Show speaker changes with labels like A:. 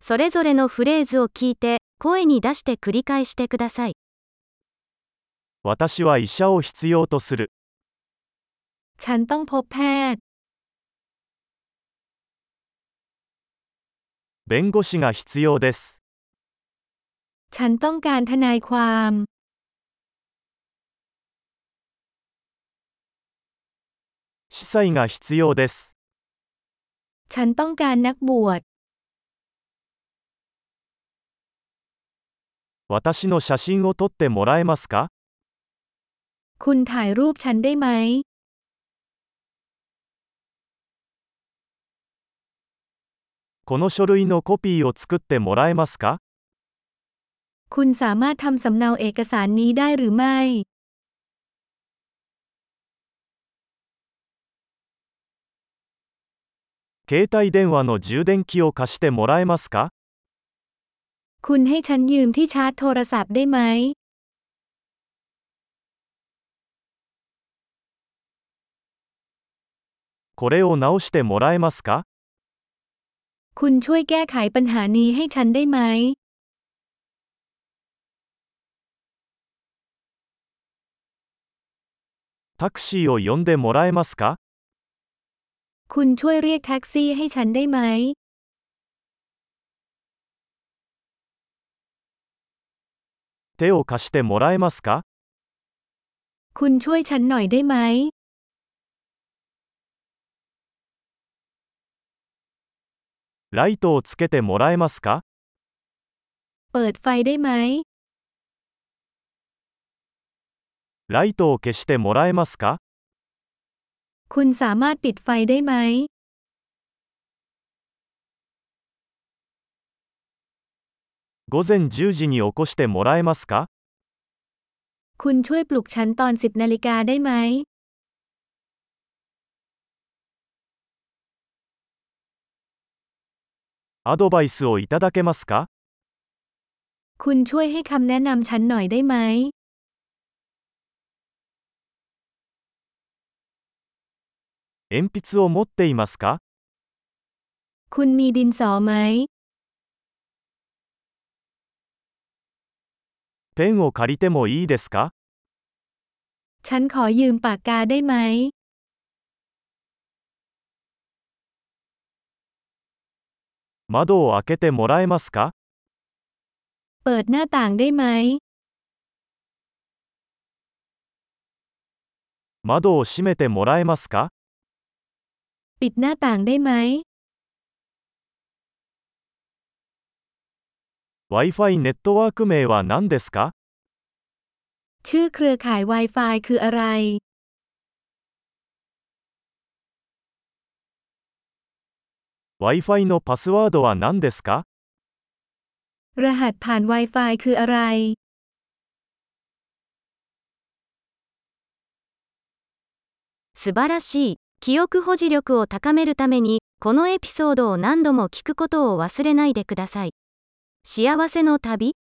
A: それぞれのフレーズを聞いて、声に出して繰り返してください。
B: 私は医者を必要とする。
C: ฉันต้องพบแพทย์
B: 弁護士が必要です。
C: ฉันต้องการทนายความ
B: 司祭が必要です。
C: ฉันต้องการนักบวช
B: 私の写真を撮ってもらえますか
C: คุณถ่ายรูปฉันได้ไหม
B: この書類のコピーを作ってもらえますか
C: คุณสามารถทำสำเนาเอกสารนี้ได้หรือไม่
B: 携帯電話の充電器を貸してもらえますか
C: คุณให้ฉันยืมที่ชาร์จโทรศัพท์ได้ไหม
B: これを直してもらえますか
C: คุณช่วยแก้ไขปัญหานี้ให้ฉันได้ไหม
B: タクシーを呼んでもらえますか
C: คุณช่วยเรียกแท็กซี่ให้ฉันได้ไหม
B: 手を貸してもらえますか
C: คุณช่วยฉันหน่อยได้ไหม
B: ライトをつけてもらえますか
C: เปิดไฟได้ไหม
B: ライトを消してもらえますか
C: คุณสามารถปิดไฟได้ไหม
B: 午前10時に起こしてもらえますか
C: คุณช่วยปลุกฉันตอน 10นาฬิกาได้ไหม
B: アドバイスをいただけますか
C: คุณช่วยให้คำแนะนำฉันหน่อยได้ไหม
B: 鉛筆を持っていますか
C: คุณมีดินสอไหม
B: ペンを借りてもいいですか
C: ฉันขอยืมปากกาได้ไหม
B: 窓を開けてもらえますか
C: เปิดหน้าต่างได้ไหม
B: 窓を閉めてもらえますか
C: ปิดหน้าต่างได้ไหม
B: Wi-Fi ネットワーク名は何ですか
C: ชื่อเครือข่าย Wi-Fi คืออะไร
B: Wi-Fi のパスワードは何ですか
C: รหัสผ่าน Wi-Fi คืออะไร
A: 素晴らしい。記憶保持力を高めるために、このエピソードを何度も聞くことを忘れないでください。幸せの旅